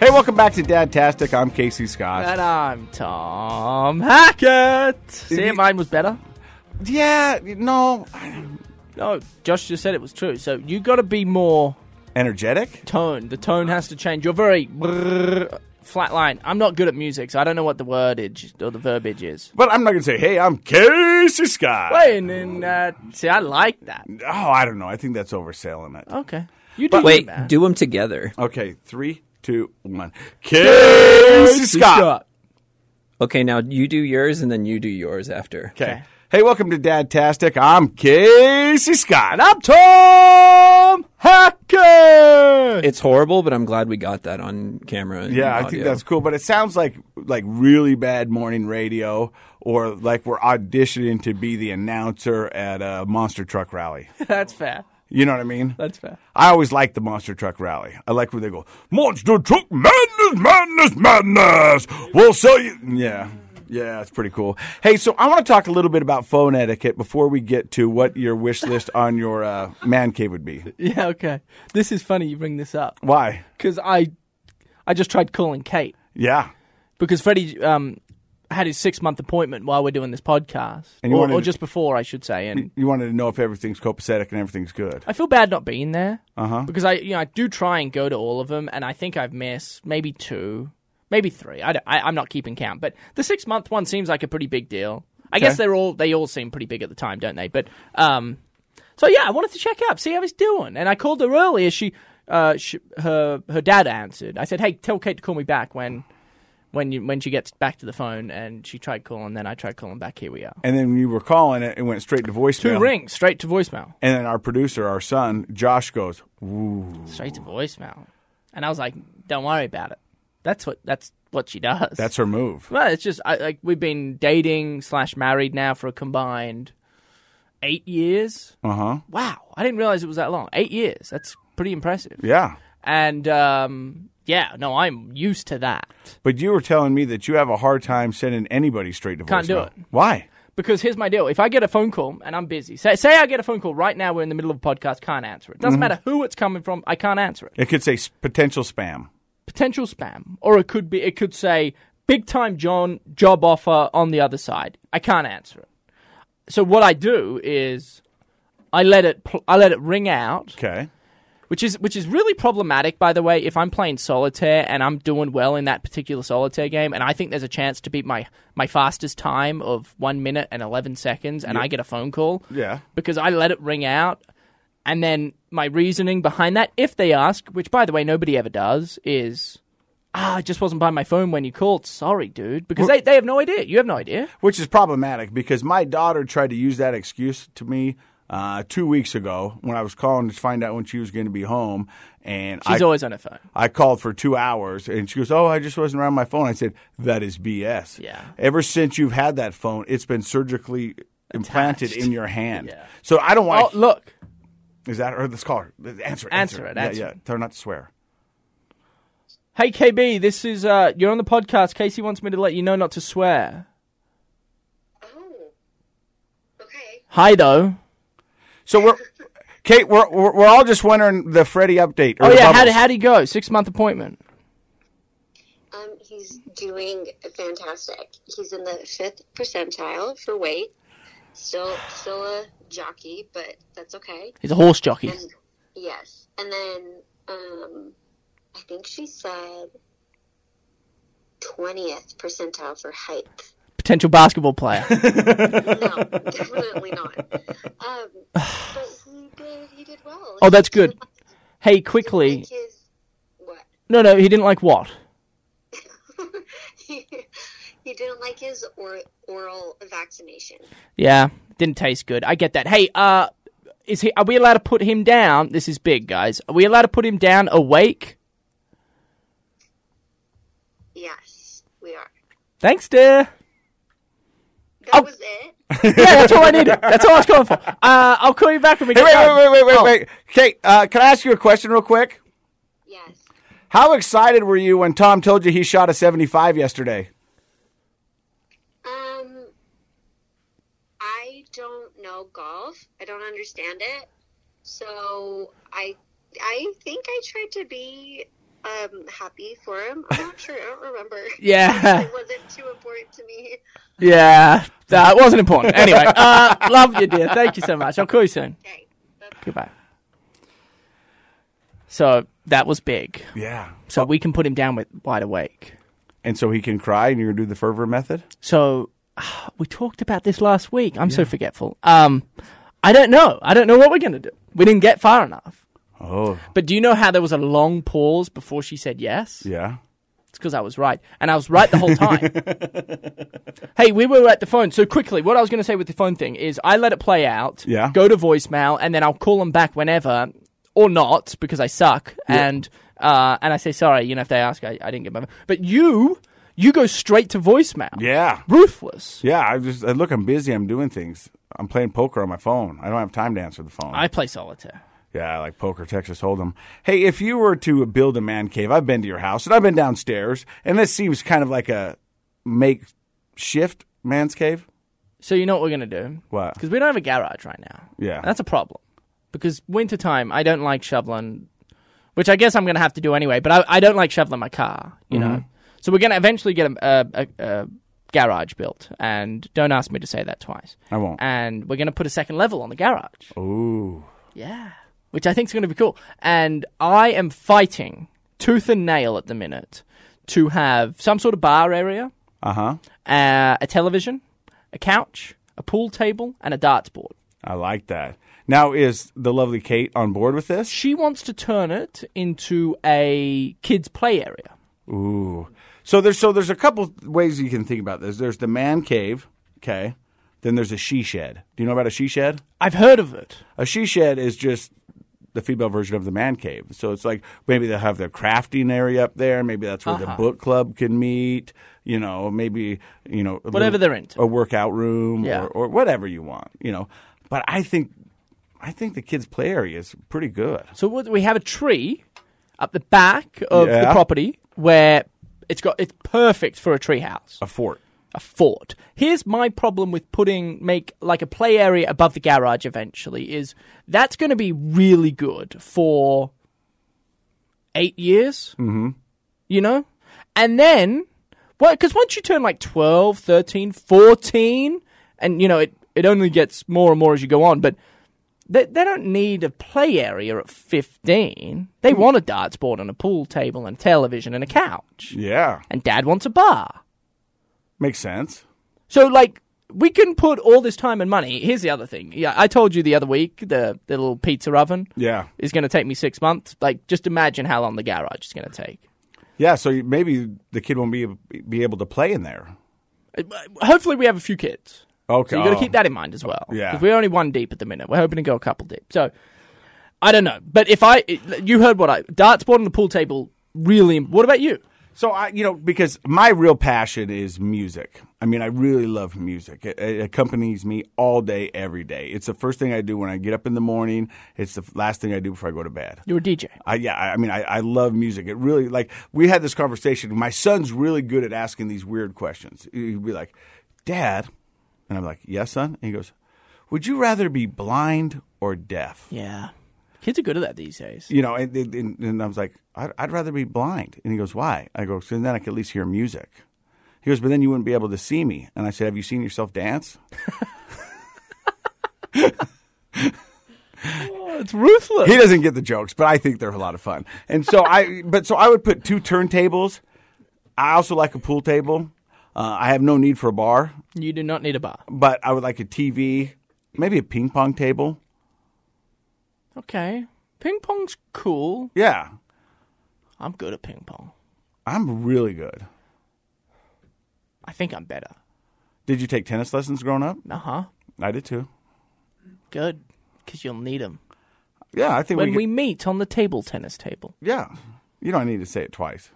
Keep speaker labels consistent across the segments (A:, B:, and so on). A: Hey, welcome back to Dadtastic. I'm Casey Scott.
B: And I'm Tom Hackett. See,
A: he-
B: mine was better.
A: yeah, no,
B: No, Josh just said it was true. So you got to be more
A: energetic.
B: tone. The tone has to change. You're very brrr, flat line. I'm not good at music, so I don't know what the wordage or the verbiage is.
A: But I'm not going to say, hey, I'm Casey Scott.
B: Playing in that. See, I like that.
A: Oh, I don't know. I think that's overselling it.
B: Okay. You do
C: Wait,
B: that.
C: do them together.
A: Okay, three, two, one. Casey Scott.
C: Okay, now you do yours and then you do yours after.
A: Okay. Hey, welcome to Dadtastic. I'm Casey Scott.
B: And I'm Tom Hackett.
C: It's horrible, but I'm glad we got that on camera. and
A: Yeah, I think
C: audio.
A: that's cool, but it sounds like like really bad morning radio, or like we're auditioning to be the announcer at a monster truck rally.
B: That's fair.
A: You know what I mean?
B: That's fair.
A: I always like the monster truck rally. I like where they go, monster truck madness, madness, madness. We'll sell you. Yeah, yeah, it's pretty cool. Hey, so I want to talk a little bit about phone etiquette before we get to what your wish list on your uh, man cave would be.
B: Yeah, okay. This is funny you bring this up.
A: Why?
B: Because I, I just tried calling Kate.
A: Yeah,
B: because Freddie um, had his six month appointment while we're doing this podcast,
A: And you
B: or,
A: wanted-
B: or just before, I should say. And
A: you wanted to know if everything's copacetic and everything's good.
B: I feel bad not being there because I, you know, I do try and go to all of them, and I think I've missed maybe two, maybe three. I don't, I, I'm not keeping count, but the six month one seems like a pretty big deal. I guess they're all they all seem pretty big at the time, don't they? But um, so yeah, I wanted to check up, see how he's doing, and I called her earlier. She, uh, she, her her dad answered. I said, "Hey, tell Kate to call me back when." When you when she gets back to the phone and she tried calling, then I tried calling back. Here we are.
A: And then you were calling it, it went straight to
B: Two
A: voicemail.
B: rings straight to voicemail.
A: And then our producer, our son, Josh goes, Ooh,
B: straight to voicemail. And I was like, "Don't worry about it. That's what that's what she does.
A: that's her move.
B: well, it's just I, like we've been dating slash married now for a combined eight years.
A: Uh huh.
B: Wow, I didn't realize it was that long. Eight years. That's pretty impressive.
A: Yeah.
B: And um, yeah, no, I'm used to that
A: But you were telling me that you have a hard time sending anybody straight to
B: Can't do
A: voicemail.
B: it.
A: Why?
B: because here's my deal: if I get a phone call and I'm busy, say say I get a phone call right now, we're in the middle of a podcast, can't answer it.
A: Mm-hmm.
B: Doesn't matter who it's coming from, I can't answer it.
A: It could say s- potential spam.
B: potential spam, or it could be it could say big time John job offer on the other side. I can't answer it. So what I do is I let it pl- I let it ring out,
A: Okay.
B: which is which is really problematic by the way if I'm playing solitaire and I'm doing well in that particular solitaire game and I think there's a chance to beat my my fastest time of 1 minute and 11 seconds and I get a phone call
A: Yeah.
B: because I let it ring out. And then my reasoning behind that, if they ask, which by the way, nobody ever does, is, ah, I just wasn't by my phone when you called. Sorry, dude. Because they, they have no idea. You have no idea.
A: Which is problematic because my daughter tried to use that excuse to me uh, two weeks ago when I was calling to find out when she was going to be home. And
B: She's
A: I,
B: always on her phone.
A: I called for two hours and she goes, Oh, I just wasn't around my phone. I said, That is BS.
B: Yeah.
A: Ever since you've had that phone, it's been surgically implanted
B: Attached.
A: in your hand.
B: Yeah.
A: So I don't
B: Oh,
A: want.
B: look.
A: is that her? Let's call her. Answer it.
B: Answer it,
A: Yeah,
B: answer
A: yeah.
B: it.
A: Tell her not to swear.
B: Hey, KB, this is, uh, you're on the podcast. Casey wants me to let you know not to swear.
D: Oh. Okay.
B: Hi, though.
A: So we're Kate. We're we're we're all just wondering the Freddy update. Or
B: Oh,
A: the
B: yeah. How'd,
A: bubbles.
B: how'd he go? Six month appointment.
D: Um, he's doing fantastic. He's in the fifth percentile for weight. Still, still a jockey, but that's okay.
B: He's a horse jockey.
D: And yes, and then um, I think she said twentieth percentile for height.
B: Potential basketball player.
D: No, definitely not. Um, but he did. He did well.
B: Oh, that's good.
D: He didn't like-
B: hey,
D: he didn't like
B: quickly.
D: his, what?
B: No, no, he didn't like what?
D: he, he didn't like his or, oral vaccination.
B: Yeah, didn't taste good. I get that. Hey, uh, is he? Are we allowed to put him down? This is big, guys. Are we allowed to put him down awake?
D: Yes, we are.
B: Thanks, dear.
D: That was it.
B: Yeah, that's all I needed. That's all I was going for. Uh, I'll call you back when we
A: Hey,
B: get
A: wait,
B: done.
A: wait, wait, wait, wait, wait. Kate, uh, can I ask you a question real quick?
D: Yes.
A: How excited were you when Tom told you he shot a seventy-five yesterday?
D: Um, I don't know golf. I don't understand it. So I, I think I tried to be um, happy for him. I'm not sure. I don't remember.
B: Yeah.
D: it wasn't too important to me.
B: Yeah, that wasn't important. Anyway, uh, love you, dear. Thank you so much. I'll call you soon.
D: Okay. Bye-bye.
B: Goodbye. So that was big.
A: Yeah.
B: So we can put him down with wide awake.
A: And so he can cry, and you're gonna do the fervor method.
B: So we talked about this last week. I'm so forgetful. Um, I don't know. I don't know what we're gonna do. We didn't get far enough.
A: Oh,
B: But do you know how there was a long pause before she said yes?
A: yeah.
B: It's because I was right, and I was right the whole time. hey, we were at the phone. So quickly, what I was going to say with the phone thing is, I let it play out.
A: Yeah.
B: Go to voicemail, and then I'll call them back whenever, or not, because I suck. And uh, and I say sorry. You know, if they ask, I, I didn't get my. But you, you go straight to voicemail.
A: Yeah.
B: Ruthless.
A: Yeah, I just I look. I'm busy. I'm doing things. I'm playing poker on my phone. I don't have time to answer the phone.
B: I play solitaire.
A: yeah, I like poker, Texas Hold'em. Hey, if you were to build a man cave, I've been to your house and I've been downstairs, and this seems kind of like a makeshift man's cave.
B: So you know what we're gonna do?
A: What?
B: Because we don't have a garage right now.
A: Yeah.
B: And that's a problem. Because wintertime, I don't like shoveling, which I guess I'm going to have to do anyway, but I, I don't like shoveling my car, you know?
A: Mm-hmm.
B: So we're going to eventually get a, a, a, a garage built. And don't ask me to say that twice.
A: I won't. Oh.
B: And we're going to put a second level on the garage.
A: Ooh.
B: Yeah. Which I think is going to be cool. And I am fighting tooth and nail at the minute to have some sort of bar area,
A: Uh huh.
B: uh, a television, a couch, a pool table, and a darts board.
A: I like that. Now is the lovely Kate on board with this?
B: She wants to turn it into a kids' play area.
A: Ooh. So there's so there's a couple ways you can think about this. There's the man cave, okay? Then there's a she shed. Do you know about a she shed?
B: I've heard of it.
A: A she shed is just the female version of the man cave. So it's like maybe they'll have their crafting area up there. Maybe that's where
B: Uh-huh.
A: the book club can meet. You know, maybe you know a
B: Whatever they're into.
A: a workout room
B: Yeah.
A: or, or whatever you want. You know, but I think I think the kids' play area is pretty good.
B: So what, we have a tree up the back of the
A: Yeah.
B: property where it's got it's perfect for a tree house,
A: A fort.
B: a fort. Here's my problem with putting make like a play area above the garage eventually is that's going to be really good for 8 years. Mhm. You know? And then Well, because once you turn like 12, 13, 14, and you know, it, it only gets more and more as you go on, but they, they don't need a play area at 15. They want a darts board and a pool table and television and a couch.
A: Yeah,
B: And dad wants a bar.
A: makes sense.
B: So, like, we can put all this time and money. Here's the other thing. Yeah, I told you the other week the, the little pizza oven
A: Yeah,
B: is going to take me six months. Like, just imagine how long the garage is going to take.
A: yeah. So you- maybe the kid won't be be able to play in there.
B: Hopefully, we have a few kids.
A: Okay,
B: So you got
A: Oh.
B: to keep that in mind as well.
A: Yeah.
B: 'Cause we're only one deep at the minute. We're hoping to go a couple deep. So I don't know, but if I, you heard what I darts board and the pool table really. What about you?
A: So I, you know, because my real passion is music. I mean, I really love music. It, it accompanies me all day, every day. It's the first thing I do when I get up in the morning. It's the last thing I do before I go to bed.
B: You're a DJ.
A: I, yeah, I I mean, I, I love music. It really, like, we had this conversation. My son's really good at asking these weird questions. He'd be like, Dad. And I'm like, Yes, son. And he goes, Would you rather be blind or deaf?
B: Yeah, kids are good at that these days.
A: You know, and, and, and I was like, I'd, I'd rather be blind. And he goes, Why? I go, So then I could at least hear music. He goes, But then you wouldn't be able to see me. And I said, Have you seen yourself dance? Oh,
B: It's ruthless.
A: he doesn't get the jokes, but I think they're a lot of fun. And so I, but so I would put two turntables. I also like a pool table. Uh, I have no need for a bar,
B: You do not need a bar.
A: but I would like a TV, maybe a ping pong table.
B: Okay, ping pong's cool.
A: Yeah,
B: I'm good at ping pong.
A: I'm really good.
B: I think I'm better.
A: Did you take tennis lessons growing up?
B: Uh huh.
A: I did too.
B: Good, because you'll need them
A: Yeah, I think
B: when
A: we. could-
B: we meet on the table tennis table.
A: yeah, you don't need to say it twice.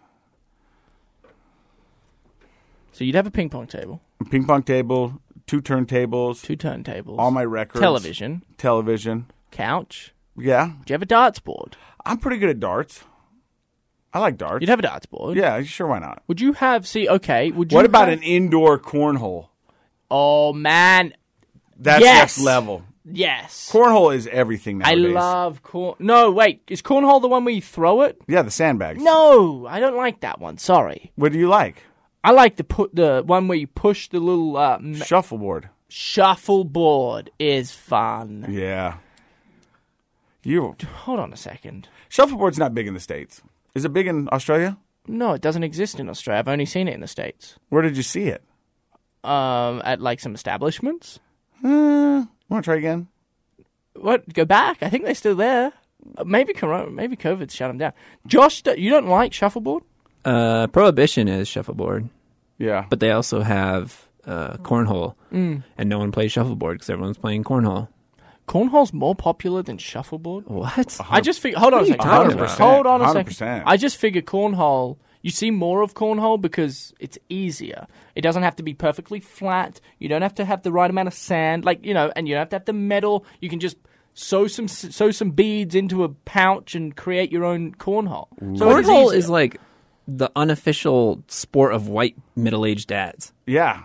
B: So you'd have a ping pong table,
A: Ping pong table, two turntables,
B: two turntables,
A: all my records,
B: television,
A: television.
B: couch.
A: Yeah,
B: Do you have a darts board?
A: I'm pretty good at darts. I like darts.
B: You'd have a darts board.
A: yeah, sure. Why not?
B: Would you have? See, okay. Would you?
A: What about e-
B: have-
A: an indoor cornhole?
B: Oh man,
A: That's
B: Yes!
A: next level.
B: Yes.
A: Cornhole is everything
B: I
A: nowadays.
B: love corn. No, wait. Is cornhole the one where you throw it?
A: Yeah, the sandbags.
B: No, I don't like that one. Sorry.
A: What do you like?
B: I like the put the one where you push the little uh, m-
A: Shuffleboard.
B: shuffleboard is fun.
A: Yeah. You
B: Hold on a second.
A: shuffleboard's not big in the states. Is it big in Australia?
B: No, it doesn't exist in Australia. I've only seen it in the states.
A: Where did you see it?
B: Um, at like some establishments.
A: Uh, want to try again?
B: What? Go back. I think they're still there. Uh, Maybe corona, maybe COVID's shut them down. Josh, do- you don't like shuffleboard?
C: Uh, Prohibition is shuffleboard,
A: Yeah.
C: but they also have uh, cornhole, and no one plays shuffleboard because everyone's playing cornhole.
B: Cornhole's more popular than shuffleboard.
C: What?
A: Uh-huh.
B: I just figured. Hold on a second.
A: talking
B: Hold on a
A: about?
B: second. Hold on a
A: 100%.
B: second. I just figured cornhole. You see more of cornhole because it's easier. It doesn't have to be perfectly flat. You don't have to have the right amount of sand, like you know, and you don't have to have the metal. You can just sew some sew some beads into a pouch and create your own cornhole. So it
C: cornhole
B: easier.
C: is like the unofficial sport of white middle-aged dads.
A: Yeah.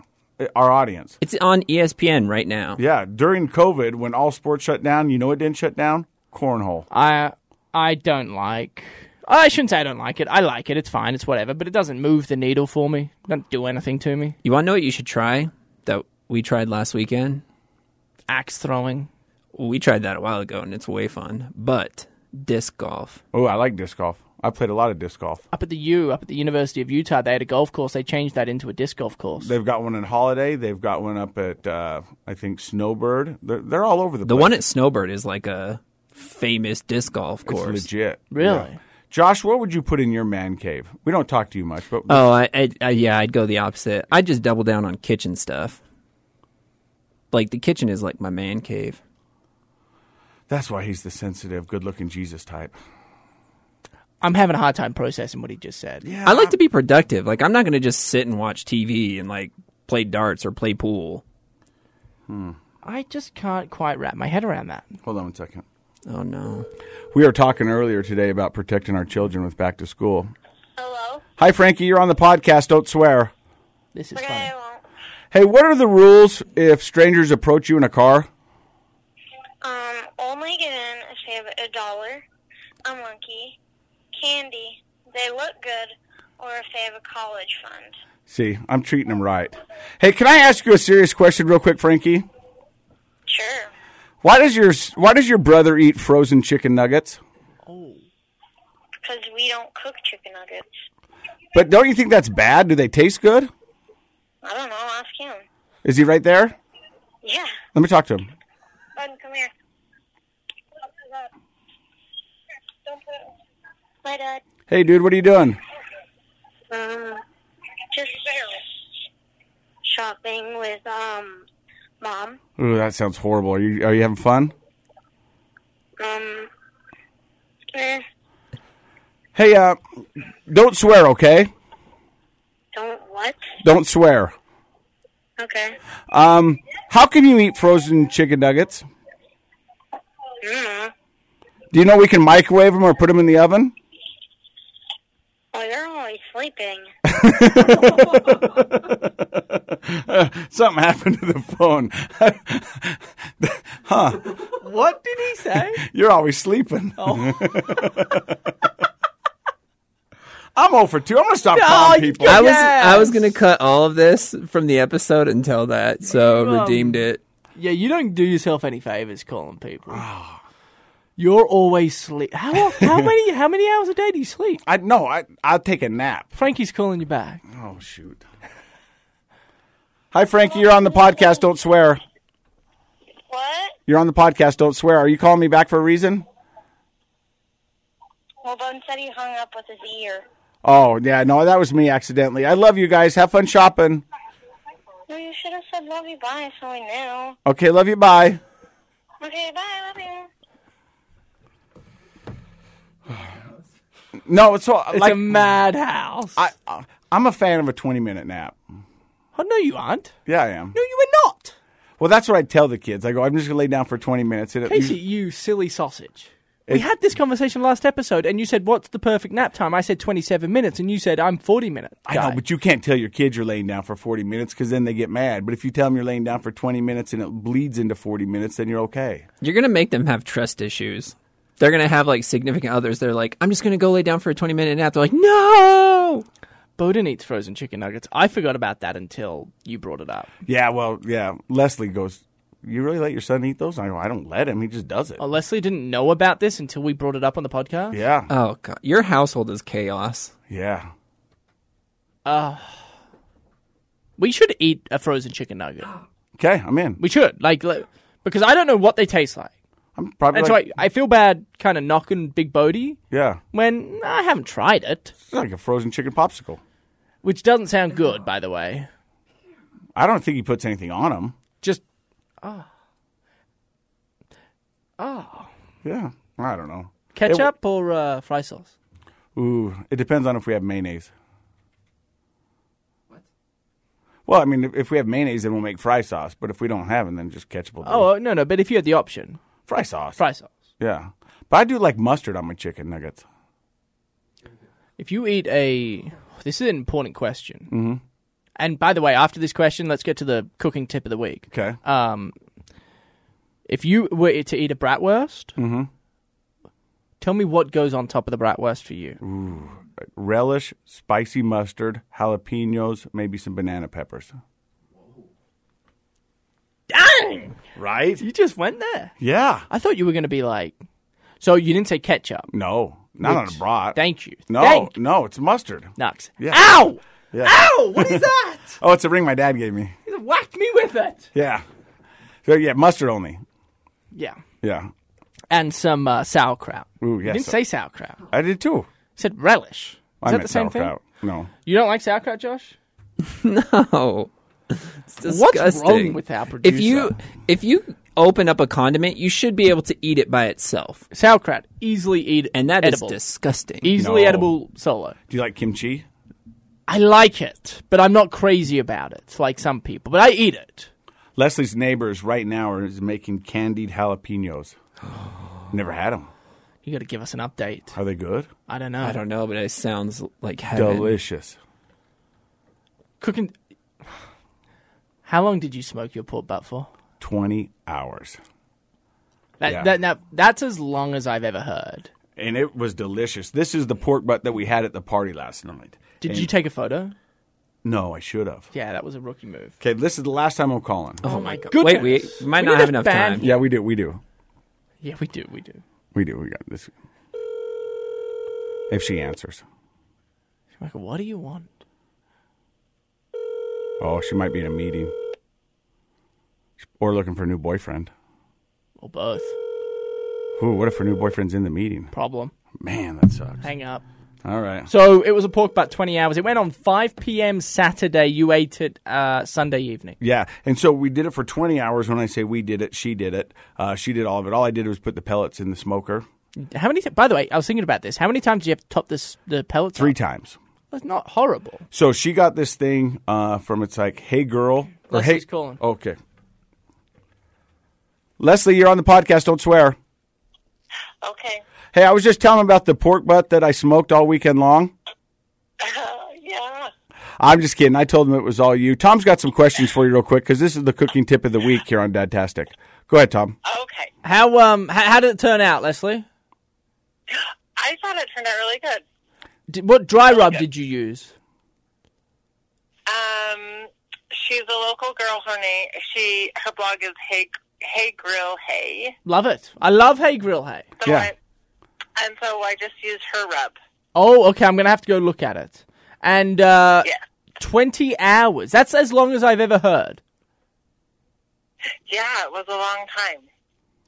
A: Our audience.
C: It's on E ESPN right now.
A: Yeah. During COVID, when all sports shut down, you know it didn't shut down? Cornhole.
B: I I don't like. I shouldn't say I don't like it. I like it. It's fine. It's whatever. But it doesn't move the needle for me. It doesn't do anything to me.
C: You want to know what you should try that we tried last weekend?
B: Axe throwing.
C: We tried that a while ago, and it's way fun. But disc golf.
A: Oh, I like disc golf. I played a lot of disc golf.
B: up at the U, up at the University of Utah, they had a golf course. They changed that into a disc golf course.
A: They've got one in Holiday. They've got one up at, uh, I think, Snowbird. They're, they're all over the,
C: The
A: place.
C: one at Snowbird is like a famous disc golf
A: It's
C: course.
A: legit.
B: Really?
A: Yeah. Josh, what would you put in your man cave? We don't talk to you much, but
C: Oh, I, I, I yeah, I'd go the opposite. I'd just double down on kitchen stuff. Like the kitchen is like my man cave.
A: that's why he's the sensitive, good looking Jesus type.
B: I'm having a hard time processing what he just said.
A: Yeah.
C: I like to be productive. Like I'm not going to just sit and watch TV and like play darts or play pool.
B: I just can't quite wrap my head around that.
A: Hold on one second.
C: Oh no.
A: We were talking earlier today about protecting our children with back to school.
D: Hello.
A: Hi, Frankie. You're on the podcast. Don't swear.
B: This is
D: Okay.
B: funny.
D: Well,
A: Hey, what are the rules if strangers approach you in a car?
D: um, only get in if you have a dollar, a monkey, candy. They look good, or if they have a college fund.
A: See, I'm treating them right. Hey, can I ask you a serious question, real quick, Frankie?
D: Sure.
A: Why does your Why does your brother eat frozen chicken nuggets?
D: Because we don't cook chicken nuggets.
A: But don't you think that's bad? Do they taste good?
D: I don't know. Ask him.
A: Is he right there?
D: Yeah.
A: Let me talk to him.
D: Bud, come here. Don't put it. My dad.
A: Hey, dude, what are you doing?
D: Um, just shopping with um mom.
A: Ooh, that sounds horrible. Are you Are you having fun?
D: Um, eh,
A: Hey, uh, don't swear, okay?
D: don't what?
A: Don't swear.
D: Okay.
A: Um, how can you eat frozen chicken nuggets?
D: Mm-hmm.
A: Do you know we can microwave them or put them in the oven?
D: Oh, you're always sleeping.
A: Something happened to the phone.
B: What did he say?
A: You're always sleeping.
B: Oh.
A: I'm 0 for 2. I'm going to stop calling
B: you
A: people.
B: go-
C: I was
B: Yes!
C: I was going to cut all of this from the episode until that, so redeemed it.
B: yeah, you don't do yourself any favors calling people.
A: Ah.
B: You're always sleep. How of- how many how many hours a day do you sleep?
A: I no, I I'll take a nap.
B: Frankie's calling you back.
A: Oh shoot. Hi Frankie, you're on the podcast. Don't swear.
D: What?
A: You're on the podcast. Don't swear. Are you calling me back for a reason?
D: Well, Bud said he hung up with his ear.
A: Oh yeah, no, that was me accidentally. I love you guys. Have fun shopping.
D: No, you should have said love you bye so we knew.
A: Okay, love you. Bye.
D: Okay, bye, love you.
A: No, it's, all,
B: It's
A: like
B: a madhouse.
A: I, I'm a fan of a 20 minute nap.
B: oh no, you aren't.
A: Yeah, I am.
B: No, you are not.
A: Well, that's what I tell the kids. I go, I'm just gonna lay down for 20 minutes. It,
B: Casey, you silly sausage. We had this conversation last episode, and you said, "What's the perfect nap time?" I said twenty-seven minutes, and you said, "I'm forty minutes."
A: I know, but you can't tell your kids you're laying down for 40 minutes because then they get mad. But if you tell them you're laying down for 20 minutes and it bleeds into 40 minutes, then you're okay.
C: You're gonna make them have trust issues. They're gonna have like significant others. They're like, I'm just gonna go lay down for a 20 minute nap. They're like, no.
B: Bowden eats frozen chicken nuggets. I forgot about that until you brought it up.
A: Yeah, well, yeah. Leslie goes, You really let your son eat those? I go, I don't let him. He just does it.
B: Oh, Leslie didn't know about this until we brought it up on the podcast.
A: Yeah.
C: Oh god, your household is chaos.
A: Yeah.
B: We should eat a frozen chicken nugget.
A: Okay, I'm in.
B: We should like le- because I don't know what they taste like,
A: I'm probably.
B: and
A: like,
B: so I, I feel bad kind of knocking Big Bodie
A: Yeah.
B: when I haven't tried it,
A: It's like a frozen chicken popsicle.
B: which doesn't sound good, by the way.
A: I don't think he puts anything on them.
B: Just
A: Yeah. I don't know. It w-
B: ketchup or uh, fry sauce.
A: Ooh, it depends on if we have mayonnaise. Well, I mean, if- if we have mayonnaise, then we'll make fry sauce. But if we don't have it, then just ketchup will do.
B: Oh uh, no, no, but if you had the option,
A: fry sauce.
B: fry sauce.
A: Yeah, but I do like mustard on my chicken nuggets.
B: If you eat a, this is an important question. Mm-hmm. And by the way, after this question, let's get to the cooking tip of the week. Um,
A: Okay.
B: If you were to eat a bratwurst,
A: Mm-hmm.
B: tell me what goes on top of the bratwurst for you.
A: Relish, spicy mustard, jalapenos, maybe some banana peppers.
B: Dang!
A: Right?
B: You just went there.
A: Yeah.
B: I thought you were going to be like, so you didn't say ketchup.
A: No, not on
B: Which-
A: a brat.
B: Thank you.
A: No,
B: Thank you.
A: no, it's mustard.
B: Nux.
A: Yeah.
B: Ow!
A: Yeah.
B: Ow! What is that?
A: Oh, it's a ring my dad gave me.
B: you whacked me with it.
A: Yeah. So yeah, mustard only.
B: Yeah.
A: Yeah,
B: And some uh, sauerkraut.
A: Ooh,
B: you
A: yes.
B: didn't say sauerkraut. You
A: I did too. Is
B: said relish. Is
A: I
B: that
A: meant
B: the same
A: sauerkraut.
B: thing?
A: No.
B: You don't like sauerkraut, Josh?
C: Oh, it's
B: What's
C: disgusting.
B: wrong with our producer?
C: If you if you open up a condiment, you should be able to eat it by itself,
B: sauerkraut, easily eat
C: and that is
B: edible.
C: disgusting.
B: easily
A: No.
B: edible solo.
A: Do you like kimchi?
B: I like it, but I'm not crazy about it like some people. But I eat it.
A: Leslie's neighbors right now are is making candied jalapenos. Never had them.
B: You got to give us an update.
A: Are they good?
B: I don't know.
C: I don't know, but it sounds like heaven.
A: Delicious.
B: cooking. How long did you smoke your pork butt for?
A: Twenty hours.
B: That,
A: Yeah.
B: that, that, that's as long as I've ever heard.
A: and it was delicious. This is the pork butt that we had at the party last night.
B: Did
A: And-
B: you take a photo?
A: No, I should have.
B: Yeah, that was a rookie move.
A: Okay, this is the last time I'm calling.
C: Oh my god!
B: goodness.
C: Wait, we we might
B: We
C: not
B: just
C: have enough
B: banned
C: time.
A: Yeah, we do. We do.
B: Yeah, we do, we do.
A: We do. We got this. If she answers,
B: Michael, what do you want?
A: oh, she might be in a meeting or looking for a new boyfriend.
B: Or both.
A: Ooh, what if her new boyfriend's in the meeting?
B: Problem.
A: Man, that sucks.
B: Hang up.
A: All right.
B: So it was a pork butt, 20 hours. It went on 5 p.m. Saturday. You ate it uh, Sunday evening.
A: Yeah, and so we did it for 20 hours. When I say we did it, she did it. Uh, she did all of it. All I did was put the pellets in the smoker
B: How many? T- By the way, I was thinking about this. How many times do you have to top this the pellets?
A: three
B: up?
A: times.
B: That's not horrible.
A: So she got this thing uh, from it's like, hey girl, or hey,
B: Leslie's calling.
A: Okay, Leslie, you're on the podcast. Don't swear.
E: Okay.
A: Hey, I was just telling about the pork butt that I smoked all weekend long.
D: Uh,
E: yeah.
A: I'm just kidding. I told him it was all you. Tom's got some questions for you, real quick, because this is the cooking tip of the week here on Dadtastic. Go ahead, Tom.
E: Okay.
B: How um how, how did it turn out, Leslie?
E: I thought it turned out really good.
B: Did, what dry rub did you use?
E: Um, she's a local girl. Her name. She her blog is Hey Hey Grill Hey.
B: Love it. I love Hey Grill Hey.
E: So
A: Yeah.
E: I, and so I just used her rub.
B: Oh, okay. I'm gonna have to go look at it. And uh,
E: Yeah.
B: twenty hours. That's as long as I've ever heard.
E: Yeah, it was a long time.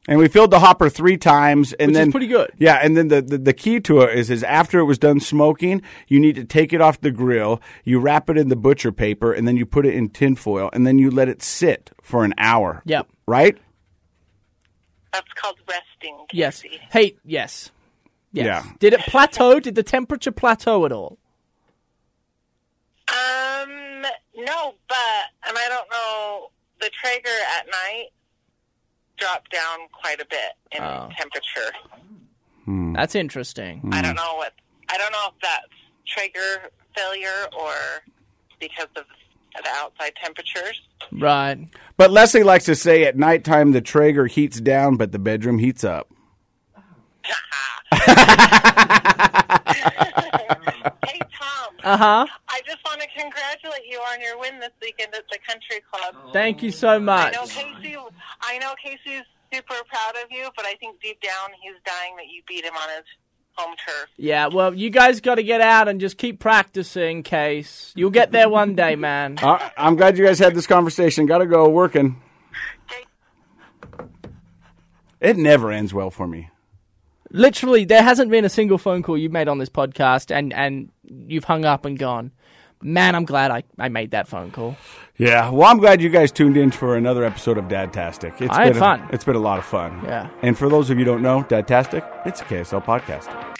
A: And we filled the hopper three times, and
B: Which is
A: then
B: pretty good.
A: Yeah, and then the, the the key to it is is after it was done smoking, you need to take it off the grill, you wrap it in the butcher paper, and then you put it in tin foil, and then you let it sit for an hour.
B: Yep.
A: Right.
E: That's called resting. Casey.
B: Yes. Hey. Yes. Yes.
A: Yeah.
B: Did it plateau? Did the temperature plateau at all?
E: Um. No, but and I don't know the Traeger at night dropped down quite a bit in temperature.
B: That's interesting.
E: I don't know what. I don't know if that's trigger failure or because of the outside temperatures.
B: Right.
A: But Leslie likes to say at nighttime the Traeger heats down, but the bedroom heats up.
E: Hey Tom,
B: Uh huh.
E: I just want to congratulate you on your win this weekend at the country club.
B: Thank you so
E: I
B: much.
E: know Casey. I know Casey's super proud of you, but I think deep down he's dying that you beat him on his home turf.
B: Yeah, well, you guys got to get out and just keep practicing, case. You'll get there one day, man.
A: I, I'm glad you guys had this conversation. Got to go working. It never ends well for me.
B: Literally, there hasn't been a single phone call you've made on this podcast, and, and you've hung up and gone, man, I'm glad I, I made that phone call.
A: Yeah, well, I'm glad you guys tuned in for another episode of Dadtastic. It's
B: I had
A: been a-
B: fun.
A: it's been a lot of fun.
B: Yeah.
A: And for those of you who don't know, Dadtastic, it's a KSL podcast.